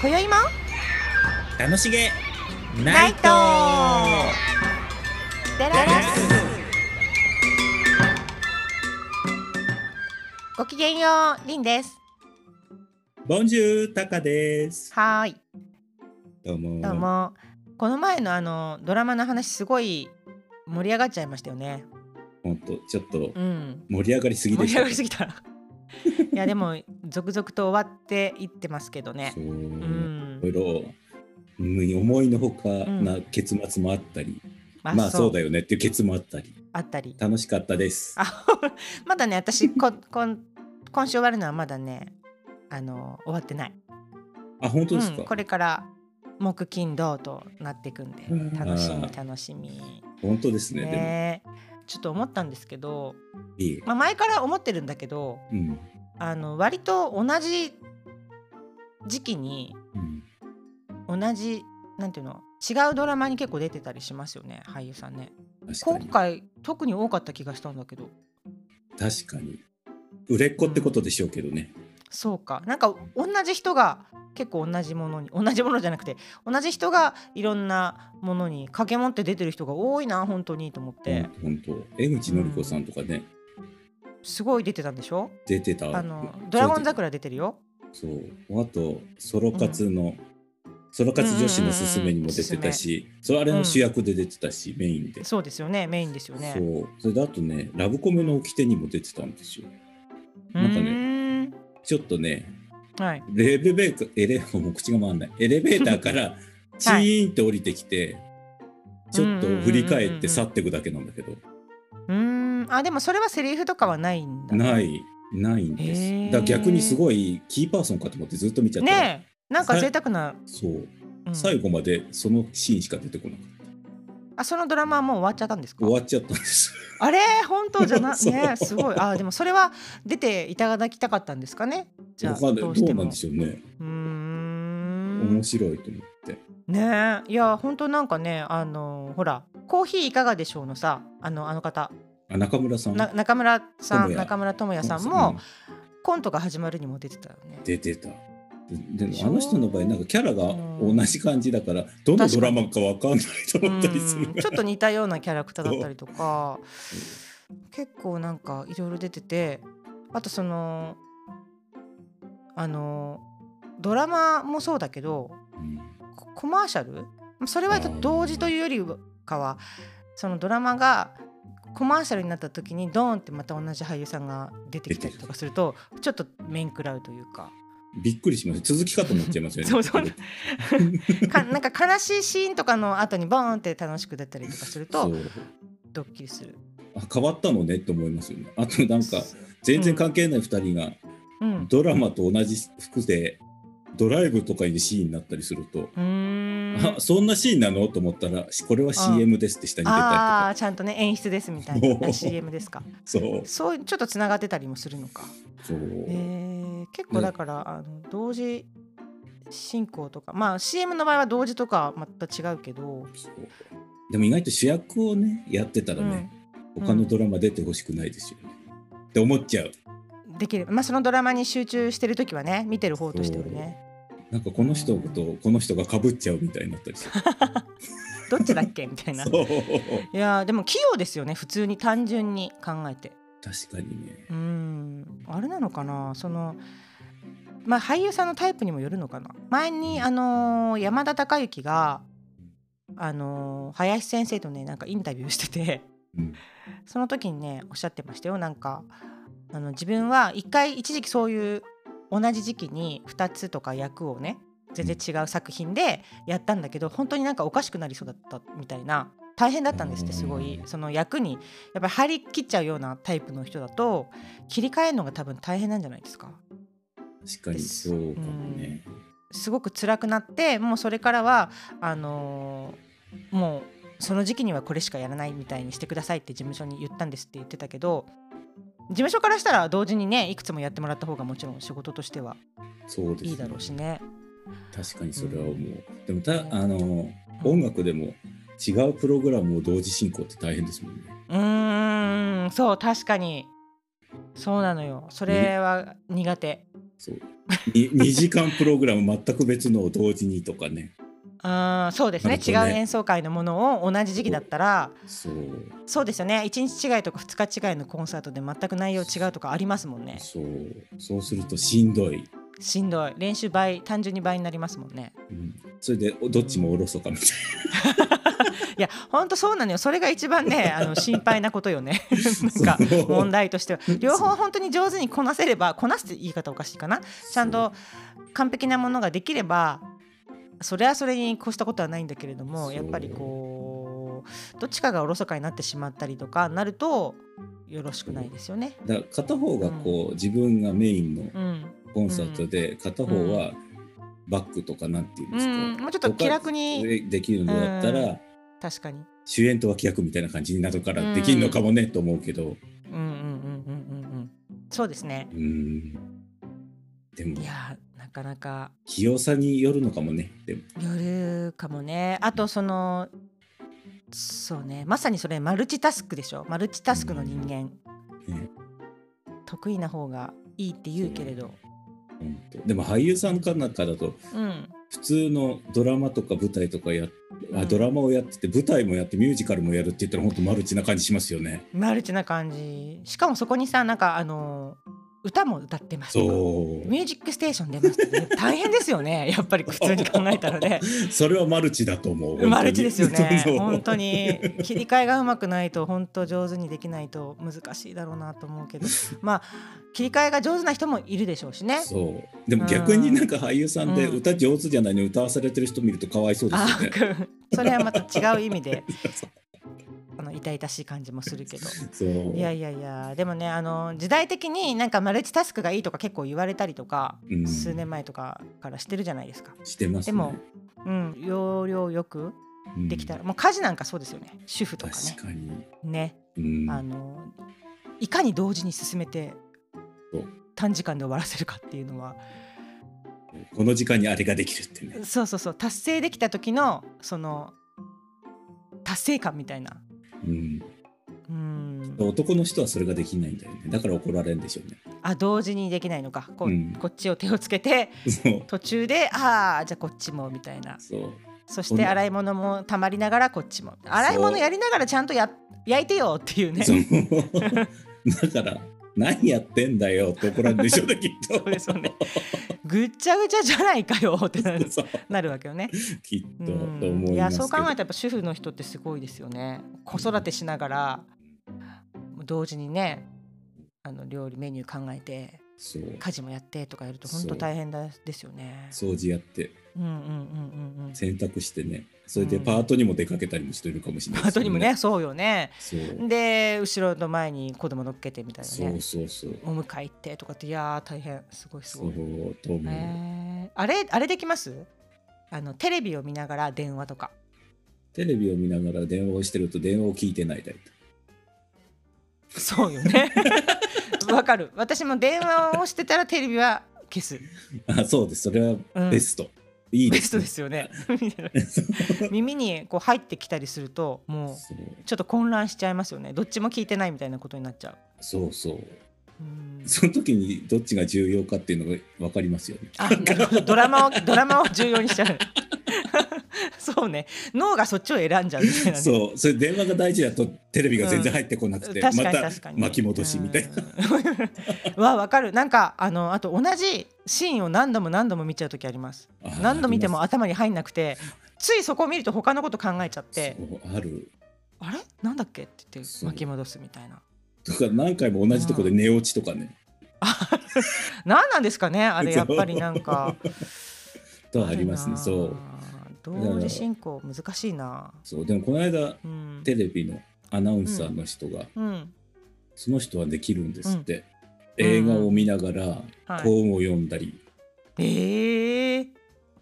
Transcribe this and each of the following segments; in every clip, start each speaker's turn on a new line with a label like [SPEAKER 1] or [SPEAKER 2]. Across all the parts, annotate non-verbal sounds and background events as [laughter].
[SPEAKER 1] 今宵も
[SPEAKER 2] 楽しげ
[SPEAKER 1] ナ
[SPEAKER 2] ナ
[SPEAKER 1] イ
[SPEAKER 2] イ
[SPEAKER 1] ト
[SPEAKER 2] ト
[SPEAKER 1] デ
[SPEAKER 2] テ
[SPEAKER 1] ラ
[SPEAKER 2] ラ
[SPEAKER 1] ス
[SPEAKER 2] ス
[SPEAKER 1] ごきげんようりんです
[SPEAKER 2] ボンジュータカです
[SPEAKER 1] はーい
[SPEAKER 2] どうも
[SPEAKER 1] どうもこの前のあのドラマの話すごい盛り上がっちゃいましたよね
[SPEAKER 2] ほんとちょっと
[SPEAKER 1] うん
[SPEAKER 2] 盛り上がりすぎ
[SPEAKER 1] 盛
[SPEAKER 2] で
[SPEAKER 1] り
[SPEAKER 2] し
[SPEAKER 1] 上
[SPEAKER 2] た
[SPEAKER 1] がりすぎたいやでも続々と終わっていってますけどね
[SPEAKER 2] そう、
[SPEAKER 1] うん
[SPEAKER 2] いろいろうん思いのほか
[SPEAKER 1] ん
[SPEAKER 2] な結末もあったり、まあそうだよねっていうケツもあったり
[SPEAKER 1] あったり
[SPEAKER 2] 楽しかったです
[SPEAKER 1] あ [laughs] まだね私ここん今週終わるのはまだねあの終わってない
[SPEAKER 2] あ本当です
[SPEAKER 1] う
[SPEAKER 2] か、
[SPEAKER 1] ん、これから木金土となっていくんで
[SPEAKER 2] うん
[SPEAKER 1] 楽しみ
[SPEAKER 2] あー
[SPEAKER 1] 楽しみ
[SPEAKER 2] 本当ですね
[SPEAKER 1] ねちょっと思ったんですけど、
[SPEAKER 2] でもいい、
[SPEAKER 1] まあ、前から思ってるんだけど
[SPEAKER 2] うん
[SPEAKER 1] あの割と同じ時期に
[SPEAKER 2] うん、
[SPEAKER 1] 同じなんていうの違うドラマに結構出てたりしますよね俳優さんね
[SPEAKER 2] 確か
[SPEAKER 1] 今
[SPEAKER 2] に
[SPEAKER 1] 回特に多かった気がしたんだけど
[SPEAKER 2] 確かに売れっ子ってことでしょうけどね、
[SPEAKER 1] そうかなんか同じ人が結構同じものに同じものじゃなくて同じ人がいろんなものに掛け持って出てる人が多いな本当にと思って
[SPEAKER 2] ほんと江口のり子さんとかね、
[SPEAKER 1] すごい出てたんでしょ
[SPEAKER 2] 出てた
[SPEAKER 1] あの「ドラゴン桜」出てるよ。
[SPEAKER 2] そうあとソロ活の、ソロ活女子のすすめにも出てたし、それあれの主役で出てたし、メインで、
[SPEAKER 1] そうですよねメインですよね。
[SPEAKER 2] そうそれであとねラブコメの掟にも出てたんですよなんかね
[SPEAKER 1] うーん
[SPEAKER 2] ちょっとね
[SPEAKER 1] はい、
[SPEAKER 2] レベベーターエレもう口が回んないエレベータ
[SPEAKER 1] [laughs]
[SPEAKER 2] ーからチーンって降りてきて、ちょっと振り返って去っていくだけなんだけど、
[SPEAKER 1] うーんあでもそれはセリフとかはないんだ
[SPEAKER 2] ないいないんです、
[SPEAKER 1] へー
[SPEAKER 2] だから逆にすごいキーパーソンかと思ってずっと見ちゃったら、
[SPEAKER 1] ねえなんか贅沢な、
[SPEAKER 2] そう
[SPEAKER 1] うん
[SPEAKER 2] 最後までそのシーンしか出てこなかった
[SPEAKER 1] あそのドラマはもう終わっちゃったんですか
[SPEAKER 2] 終わっちゃったんです。
[SPEAKER 1] あれ本当じゃな
[SPEAKER 2] [laughs] そう
[SPEAKER 1] ねすごいあでもそれは出ていただきたかったんですかねじゃ
[SPEAKER 2] わ
[SPEAKER 1] あ
[SPEAKER 2] かんない
[SPEAKER 1] ど
[SPEAKER 2] ど
[SPEAKER 1] うして
[SPEAKER 2] うな
[SPEAKER 1] も
[SPEAKER 2] んでしょうね。
[SPEAKER 1] うーん
[SPEAKER 2] 面白いと思って。
[SPEAKER 1] ねえいや本当なんかねあのほら「コーヒーいかがでしょう」のさあのあの方
[SPEAKER 2] あ中村さん
[SPEAKER 1] な中村さん
[SPEAKER 2] 智也
[SPEAKER 1] 中村智也さん
[SPEAKER 2] う
[SPEAKER 1] もコントが始まるにも出てたよね。
[SPEAKER 2] 出てた。で
[SPEAKER 1] で
[SPEAKER 2] で
[SPEAKER 1] しょ
[SPEAKER 2] あの人の場合なんかキャラが
[SPEAKER 1] うん
[SPEAKER 2] 同じ感じだからどのドラマかわかんないと
[SPEAKER 1] う
[SPEAKER 2] 思ったりする
[SPEAKER 1] んちょっと似たようなキャラクターだったりとか結構なんかいろいろ出ててあとそのあのドラマもそうだけど
[SPEAKER 2] うん
[SPEAKER 1] ココマーシャルそれは同時というよりかはそのドラマがコマーシャルになった時にドーンってまた同じ俳優さんが出てきたりとかするとちょっと面食らうというか
[SPEAKER 2] びっくりします続きかと思っちゃいますよ
[SPEAKER 1] [laughs]
[SPEAKER 2] ね。
[SPEAKER 1] そうそうかなんか悲しいシーンとかの後にボーンって楽しく出たりとかすると
[SPEAKER 2] そう
[SPEAKER 1] ドッキリする。
[SPEAKER 2] あ変わったのねと思いますよね。あとなんか全然関係ない二人が
[SPEAKER 1] うん、
[SPEAKER 2] ドラマと同じ服でドライブとかにシーンになったりすると、
[SPEAKER 1] うーん
[SPEAKER 2] あそんなシーンなのと思ったらこれは CM ですって下に出たりと
[SPEAKER 1] あ
[SPEAKER 2] か
[SPEAKER 1] あちゃんとね演出ですみたいな
[SPEAKER 2] [laughs] お
[SPEAKER 1] あ
[SPEAKER 2] ー
[SPEAKER 1] CM ですか
[SPEAKER 2] そう
[SPEAKER 1] そうちょっとつながってたりもするのか、
[SPEAKER 2] そう。
[SPEAKER 1] えー結構
[SPEAKER 2] ね
[SPEAKER 1] だから、あの同時進行とかまあ CM の場合は同時とかはまた違うけど、
[SPEAKER 2] そうでも意外と主役をねやってたらね、
[SPEAKER 1] うん
[SPEAKER 2] 他のドラマ出てほしくないですよね、って思っちゃう
[SPEAKER 1] うんできるまあそのドラマに集中してる時はね見てる方としてはね
[SPEAKER 2] なんかこの人とこの人がかぶっちゃうみたいになったりする
[SPEAKER 1] どっちだっけみ [laughs] たいな。い
[SPEAKER 2] そう
[SPEAKER 1] やーでも器用ですよね普通に単純に考えて
[SPEAKER 2] 確かにね
[SPEAKER 1] うんあれなのかなそのまあ俳優さんのタイプにもよるのかな前にあのー山田孝之があのー林先生とねなんかインタビューしてて
[SPEAKER 2] うん
[SPEAKER 1] その時にねおっしゃってましたよなんかあの自分は一回一時期そういう同じ時期に2つとか役をね全然違う作品でやったんだけど本当になんかおかしくなりそうだったみたいな大変だったんですってすごいその役にやっぱり張り切っちゃうようなタイプの人だと切り替えるのが多分大変なんじゃないですか
[SPEAKER 2] 確かにそうかもね、
[SPEAKER 1] すごく辛くなってもうそれからはあのーもうその時期にはこれしかやらないみたいにしてくださいって事務所に言ったんですって言ってたけど事務所からしたら同時にねいくつもやってもらった方がもちろん仕事としては
[SPEAKER 2] そうですね
[SPEAKER 1] いいだろうしね。
[SPEAKER 2] 確かにそれは思う、でもたあの音楽でも違うプログラムを同時進行って大変ですもんね
[SPEAKER 1] うーんそう確かにそうなのよそれは苦手。
[SPEAKER 2] そう
[SPEAKER 1] [laughs]
[SPEAKER 2] に 2, 時間プログラム全く別のを同時にとかね
[SPEAKER 1] あーそうですね
[SPEAKER 2] なるほ
[SPEAKER 1] 違
[SPEAKER 2] ど
[SPEAKER 1] う
[SPEAKER 2] ね
[SPEAKER 1] 演奏会のものを同じ時期だったら
[SPEAKER 2] そう
[SPEAKER 1] そうですよね1日違いとか2日違いのコンサートで全く内容違うとかありますもんね
[SPEAKER 2] そうそうするとしんどい、
[SPEAKER 1] しんどい練習倍単純に倍になりますもんね
[SPEAKER 2] うん、それでおどっちもおろそかみたい
[SPEAKER 1] いやほんとそうなのよそれが一番ね
[SPEAKER 2] [laughs]
[SPEAKER 1] あの心配なことよねなんか
[SPEAKER 2] そう
[SPEAKER 1] 問題としては両方本当に上手にこなせればこなすって言い方おかしいかな
[SPEAKER 2] な
[SPEAKER 1] ちゃんと完璧なものができればそれはそれに越したことはないんだけれど
[SPEAKER 2] そ
[SPEAKER 1] も
[SPEAKER 2] う
[SPEAKER 1] やっぱりこうどっちかがおろそかになってしまったりとかなるとよろしくないですよね。
[SPEAKER 2] だから片方がこう、自分がメインの
[SPEAKER 1] うん、
[SPEAKER 2] コンサートで片方はバックとかなんていうん
[SPEAKER 1] う
[SPEAKER 2] ですか、
[SPEAKER 1] ん、もうちょっと気楽に
[SPEAKER 2] できるのだったら、
[SPEAKER 1] う確かに。
[SPEAKER 2] 主演と脇役みたいな感じになるからできるのかもねと思うけど、
[SPEAKER 1] うんうんうんうんうんうん。そうですね。
[SPEAKER 2] うん、でも
[SPEAKER 1] いやーなかなか
[SPEAKER 2] 器用さによるのかもねでも
[SPEAKER 1] よるかもねあとそのそうねまさにそれマルチタスクでしょマルチタスクの人間、
[SPEAKER 2] ね
[SPEAKER 1] 得意な方がいいって言うけれど
[SPEAKER 2] 本当でも俳優さんかなんかだと
[SPEAKER 1] うん
[SPEAKER 2] 普通のドラマとか舞台とかやっ
[SPEAKER 1] う
[SPEAKER 2] あ
[SPEAKER 1] ん
[SPEAKER 2] ドラマをやってて舞台もやってミュージカルもやるって言ったら本当マルチな感じしますよね。
[SPEAKER 1] マルチな感じしかもそこにさなんかあの歌も歌ってますとか
[SPEAKER 2] そう
[SPEAKER 1] ミュージックステーション出ますとかね大変ですよねやっぱり普通に考えたらね
[SPEAKER 2] それはマルチだと思う。本当に
[SPEAKER 1] マルチですよね
[SPEAKER 2] [laughs] そう
[SPEAKER 1] 本当に切り替えがうまくないと本当上手にできないと難しいだろうなと思うけ
[SPEAKER 2] [laughs]
[SPEAKER 1] どまあ切り替えが上手な人もいるでしょうしね
[SPEAKER 2] そうでも逆になんか俳優さんで
[SPEAKER 1] うん
[SPEAKER 2] 歌上手じゃないのに歌わされてる人見るとかわいそうです
[SPEAKER 1] あ
[SPEAKER 2] よね。
[SPEAKER 1] ーそれはまた違う意味であの痛々しい感じもするけど
[SPEAKER 2] そう
[SPEAKER 1] いやいやいやでもねあの時代的になんかマルチタスクがいいとか結構言われたりとか、
[SPEAKER 2] うん
[SPEAKER 1] 数年前とかからしてるじゃないですか。
[SPEAKER 2] してます、
[SPEAKER 1] で
[SPEAKER 2] ね、
[SPEAKER 1] もうん、要領よく
[SPEAKER 2] うん
[SPEAKER 1] できたら、もう家事なんかそうですよね主婦とかね
[SPEAKER 2] 確かに、
[SPEAKER 1] ね、
[SPEAKER 2] うん、
[SPEAKER 1] あのいかに同時に進めて
[SPEAKER 2] そう
[SPEAKER 1] 短時間で終わらせるかっていうのは
[SPEAKER 2] この時間にあれができるってね
[SPEAKER 1] そうそうそう達成できた時のその達成感みたいな。
[SPEAKER 2] うん
[SPEAKER 1] うん
[SPEAKER 2] 男の人はそれができないんだよねだから怒られるんでしょうね
[SPEAKER 1] あ同時にできないのかこ,、う
[SPEAKER 2] うん
[SPEAKER 1] こっちを手をつけて
[SPEAKER 2] そう
[SPEAKER 1] 途中でああじゃあこっちもみたいな
[SPEAKER 2] そう
[SPEAKER 1] そし
[SPEAKER 2] そん
[SPEAKER 1] て
[SPEAKER 2] な
[SPEAKER 1] 洗い物もたまりながらこっちも洗い物やりながらちゃんとや [laughs] 焼いてよっていうね
[SPEAKER 2] そう [laughs] だから何やってんだよって怒られるんでしょうねきっと
[SPEAKER 1] そうですよねぐっちゃぐちゃじゃないかよってなる
[SPEAKER 2] [laughs] そう
[SPEAKER 1] なるわけよね。
[SPEAKER 2] きっ
[SPEAKER 1] う
[SPEAKER 2] とと
[SPEAKER 1] ん
[SPEAKER 2] 思いますけど
[SPEAKER 1] いやそう考えたらやっぱ主婦の人ってすごいですよね。子育てしながら同時にねあの料理メニュー考えて
[SPEAKER 2] そう
[SPEAKER 1] 家事もやってとかやると本
[SPEAKER 2] そ
[SPEAKER 1] 当
[SPEAKER 2] う
[SPEAKER 1] 大変だですよね。
[SPEAKER 2] 掃除やって
[SPEAKER 1] うんうんうんうんうん。
[SPEAKER 2] 洗濯してねそれでパートにも出かけたりもしてるかもしれない
[SPEAKER 1] パート
[SPEAKER 2] ですよ
[SPEAKER 1] にもねそうよね。
[SPEAKER 2] そう
[SPEAKER 1] で後ろの前に子供乗っけてみたい
[SPEAKER 2] そ
[SPEAKER 1] な
[SPEAKER 2] う
[SPEAKER 1] ね
[SPEAKER 2] そうそう
[SPEAKER 1] お迎え行ってとかっていやー大変すごいす
[SPEAKER 2] そ
[SPEAKER 1] ご
[SPEAKER 2] う
[SPEAKER 1] い、
[SPEAKER 2] と思う、
[SPEAKER 1] えーあれあれできますあのテレビを見ながら電話とか
[SPEAKER 2] テレビを見ながら電話をしてると電話を聞いてないタイ
[SPEAKER 1] [laughs]
[SPEAKER 2] プ
[SPEAKER 1] そうよね [laughs] わかる私も電話をしてたらテレビは消す、
[SPEAKER 2] あそうですそれは
[SPEAKER 1] うん
[SPEAKER 2] ベスト、いい
[SPEAKER 1] ベ
[SPEAKER 2] で
[SPEAKER 1] ス
[SPEAKER 2] す
[SPEAKER 1] ト
[SPEAKER 2] ね、
[SPEAKER 1] ですよね [laughs] みたいな耳にこう入ってきたりするともうちょっと混乱しちゃいますよねどっちも聞いてないみたいなことになっちゃう
[SPEAKER 2] そうそうそう
[SPEAKER 1] うん
[SPEAKER 2] その時にどっちが重要かっていうのが分かりますよね
[SPEAKER 1] あなるほどドラマをドラマを重要にしちゃう [laughs] そうね脳がそっちを選んじゃうみたいなね
[SPEAKER 2] [laughs] そうそれ電話が大事だとテレビが全然入ってこなくて、
[SPEAKER 1] 確
[SPEAKER 2] ま
[SPEAKER 1] かに
[SPEAKER 2] た
[SPEAKER 1] 確かに
[SPEAKER 2] 巻き戻しみたいな、
[SPEAKER 1] な。わ分かるなん [laughs] かあのあと同じシーンを何度も何度も見ちゃう時あります。
[SPEAKER 2] あー
[SPEAKER 1] 何度見ても
[SPEAKER 2] あ
[SPEAKER 1] 頭に入んなくてついそこを見ると他のこと考えちゃっ
[SPEAKER 2] り
[SPEAKER 1] て
[SPEAKER 2] ますそうある
[SPEAKER 1] あれなんだっけって言って
[SPEAKER 2] そう
[SPEAKER 1] 巻き戻すみたいな。
[SPEAKER 2] とか何回も同じとこで寝落ちとかね、
[SPEAKER 1] 何なんですかねあれ
[SPEAKER 2] そう
[SPEAKER 1] やっぱりなんか。
[SPEAKER 2] と [laughs] はありますねそう
[SPEAKER 1] るなあ。同時進行難しいな。
[SPEAKER 2] そうでもこの間
[SPEAKER 1] うん。
[SPEAKER 2] テレビのアナウンサーの人が、
[SPEAKER 1] うん。
[SPEAKER 2] その人はできるんですって、
[SPEAKER 1] うん
[SPEAKER 2] 映画を見ながら
[SPEAKER 1] はい
[SPEAKER 2] 本を読んだり、
[SPEAKER 1] ええ
[SPEAKER 2] っ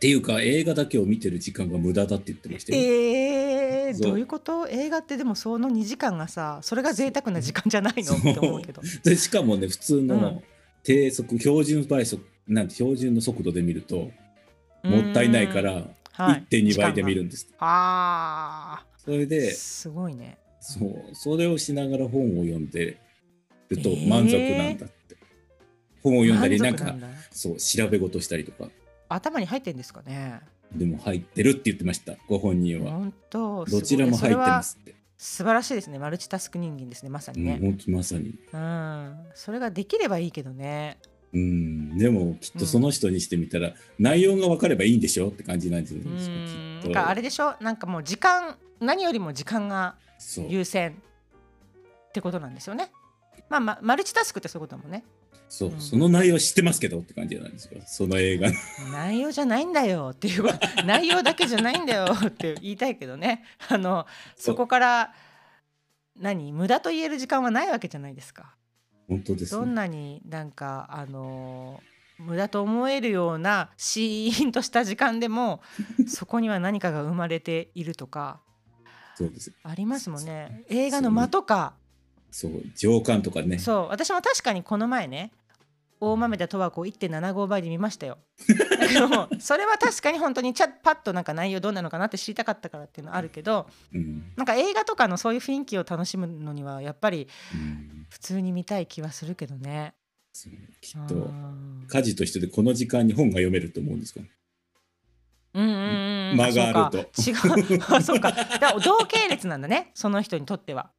[SPEAKER 2] ていうか映画だけを見てる時間が無駄だって言ってましたよ、
[SPEAKER 1] ええ
[SPEAKER 2] そう
[SPEAKER 1] どういうこと映画ってでもその2時間がさそれが贅沢な時間じゃないの
[SPEAKER 2] そう
[SPEAKER 1] って思うけど。
[SPEAKER 2] でしかもね普通
[SPEAKER 1] う
[SPEAKER 2] の
[SPEAKER 1] ん
[SPEAKER 2] 低速標準倍速なんて標準の速度で見ると [laughs] もったいないから
[SPEAKER 1] うん、はい
[SPEAKER 2] 1.2倍で見。
[SPEAKER 1] 時間
[SPEAKER 2] るんです、
[SPEAKER 1] があ
[SPEAKER 2] それ
[SPEAKER 1] あ、
[SPEAKER 2] です
[SPEAKER 1] ごいね。
[SPEAKER 2] そうそれをしながら本を読んでると
[SPEAKER 1] えー
[SPEAKER 2] 満足なんだって、本を読んだりな
[SPEAKER 1] 満
[SPEAKER 2] ん
[SPEAKER 1] 足
[SPEAKER 2] か
[SPEAKER 1] だ
[SPEAKER 2] そう調べ事したりとか
[SPEAKER 1] 頭に入ってんですかね
[SPEAKER 2] でも入ってるって言ってましたご本人は
[SPEAKER 1] 本当
[SPEAKER 2] どちらも入ってま。
[SPEAKER 1] す
[SPEAKER 2] すって
[SPEAKER 1] ごいそれは素晴らしいですね。マルチタスク人間ですね、まさに
[SPEAKER 2] うん
[SPEAKER 1] ね。
[SPEAKER 2] 本当まさに
[SPEAKER 1] うん、それができればいいけどね。
[SPEAKER 2] うんでもきっとその人にしてみたら内容が分かればいいんでしょって感じなんじゃ
[SPEAKER 1] う
[SPEAKER 2] ないですか
[SPEAKER 1] ん、
[SPEAKER 2] き
[SPEAKER 1] な
[SPEAKER 2] っ
[SPEAKER 1] ん
[SPEAKER 2] と
[SPEAKER 1] かあれでしょ、なんかもう時間、何よりも時間が
[SPEAKER 2] そう
[SPEAKER 1] 優先ってことなんですよね。まあ、まマルチタスクってそういうことだもんね。
[SPEAKER 2] そう、
[SPEAKER 1] うん
[SPEAKER 2] その内容知ってますけどって感じなんですよその映画の
[SPEAKER 1] 内容じゃないんだよっていう
[SPEAKER 2] [laughs]
[SPEAKER 1] 内容だけじゃないんだよって言いたいけどね。あのそこから何無駄と言える時間はないわけじゃないですか。
[SPEAKER 2] 本当です
[SPEAKER 1] どん
[SPEAKER 2] ね
[SPEAKER 1] なになんかあのー無駄と思えるようなシーンとした時間で
[SPEAKER 2] [laughs]
[SPEAKER 1] もそこには何かが生まれているとか
[SPEAKER 2] そうです
[SPEAKER 1] ありますもんね映画の間とか
[SPEAKER 2] そう情感とかね
[SPEAKER 1] そう私も確かにこの前ね大豆田十和子を1.75倍で見ました
[SPEAKER 2] [laughs]
[SPEAKER 1] よだけどもそれは確かに本当にちゃパッとなんか内容どうなのかなって知りたかったからっていうのはあるけど
[SPEAKER 2] うん
[SPEAKER 1] なんか映画とかのそういう雰囲気を楽しむのにはやっぱり
[SPEAKER 2] うん
[SPEAKER 1] 普通に見たい気はするけどね。
[SPEAKER 2] そうきっと
[SPEAKER 1] うん
[SPEAKER 2] 家事としてでこの時間に本が読めると思うんですか、ね、
[SPEAKER 1] うんうんうん、
[SPEAKER 2] 間があると
[SPEAKER 1] そうか違う [laughs] あそうかだから同系列なんだねその人にとっては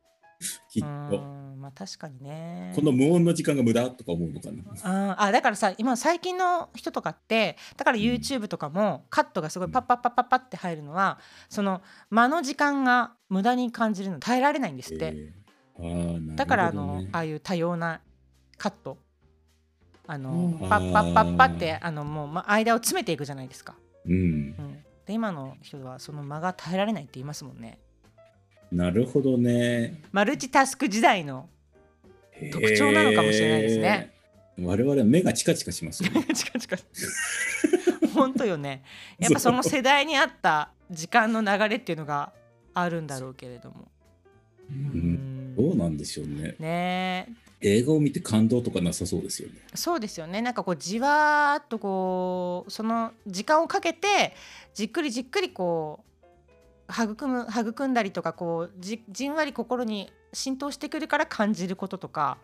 [SPEAKER 2] き
[SPEAKER 1] う
[SPEAKER 2] っと
[SPEAKER 1] んまあ確かにね
[SPEAKER 2] この無音の時間が無駄とか思うのかな
[SPEAKER 1] ああだからさ今最近の人とかってだから YouTube とかもカットがすごいパッパッパッパッパッって入るのはその間の時間が無駄に感じるの耐えられないんですって、
[SPEAKER 2] えーあー
[SPEAKER 1] だからあ
[SPEAKER 2] なるほど
[SPEAKER 1] の
[SPEAKER 2] ね
[SPEAKER 1] ああいう多様なカットあの
[SPEAKER 2] うん
[SPEAKER 1] パッパッパッパッってあのもうま間を詰めていくじゃないですか、
[SPEAKER 2] うん
[SPEAKER 1] うん、で今の人はその間が耐えられないって言いますもんね
[SPEAKER 2] なるほどね
[SPEAKER 1] マルチタスク時代の特徴なのかもしれないですね
[SPEAKER 2] へー我々は目がチカチカしますよね
[SPEAKER 1] チカチカ [laughs] 本当よねやっぱその世代に合った時間の流れっていうのがあるんだろうけれども
[SPEAKER 2] んどうなんでしょうね
[SPEAKER 1] ねえ
[SPEAKER 2] 映画を見て感動とかなさそうですよね
[SPEAKER 1] そうですよねなんかこうじわーっとこうその時間をかけてじっくりじっくりこう育む育んだりとかこうじじんわり心に浸透してくるから感じることとか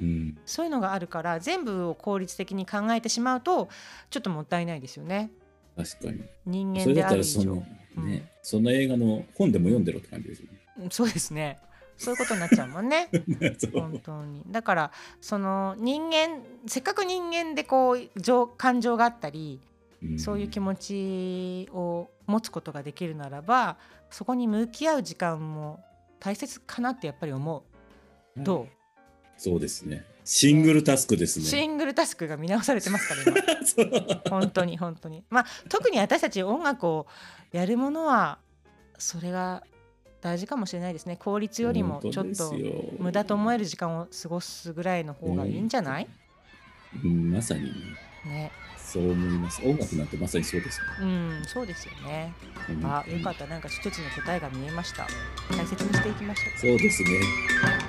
[SPEAKER 2] うん
[SPEAKER 1] そういうのがあるから全部を効率的に考えてしまうとちょっともったいないですよね
[SPEAKER 2] 確かに
[SPEAKER 1] 人間
[SPEAKER 2] それ
[SPEAKER 1] で
[SPEAKER 2] だ
[SPEAKER 1] あ
[SPEAKER 2] った
[SPEAKER 1] る以
[SPEAKER 2] らその
[SPEAKER 1] 上。うん
[SPEAKER 2] ねその映画の本でも読んでろって感じですよ
[SPEAKER 1] うんそうですねそういうことになっちゃうもん
[SPEAKER 2] [laughs]
[SPEAKER 1] ね
[SPEAKER 2] ねそう
[SPEAKER 1] 本当にだからその人間せっかく人間でこう情感情があったり
[SPEAKER 2] ん
[SPEAKER 1] そういう気持ちを持つことができるならばそこに向き合う時間も大切かなってやっぱり思うどう、
[SPEAKER 2] そうですね。シングルタスクです
[SPEAKER 1] シ
[SPEAKER 2] ね。
[SPEAKER 1] ングルタスクが見直されてますから今
[SPEAKER 2] [laughs] そう
[SPEAKER 1] 本当に本当にまあ特に私たち音楽をやるものはそれが大事かもしれないですね効率よりもちょっと無駄と思える時間を過ごすぐらいの方がいいんじゃない、
[SPEAKER 2] うんまさにね、
[SPEAKER 1] ね、
[SPEAKER 2] そう思います。音楽なんてまさにそうです、ね。
[SPEAKER 1] うん、そうですよね。
[SPEAKER 2] うん
[SPEAKER 1] あ、よかった、なんか一つの答えが見えました。大切にしていきましょう。
[SPEAKER 2] そうですね。
[SPEAKER 1] はい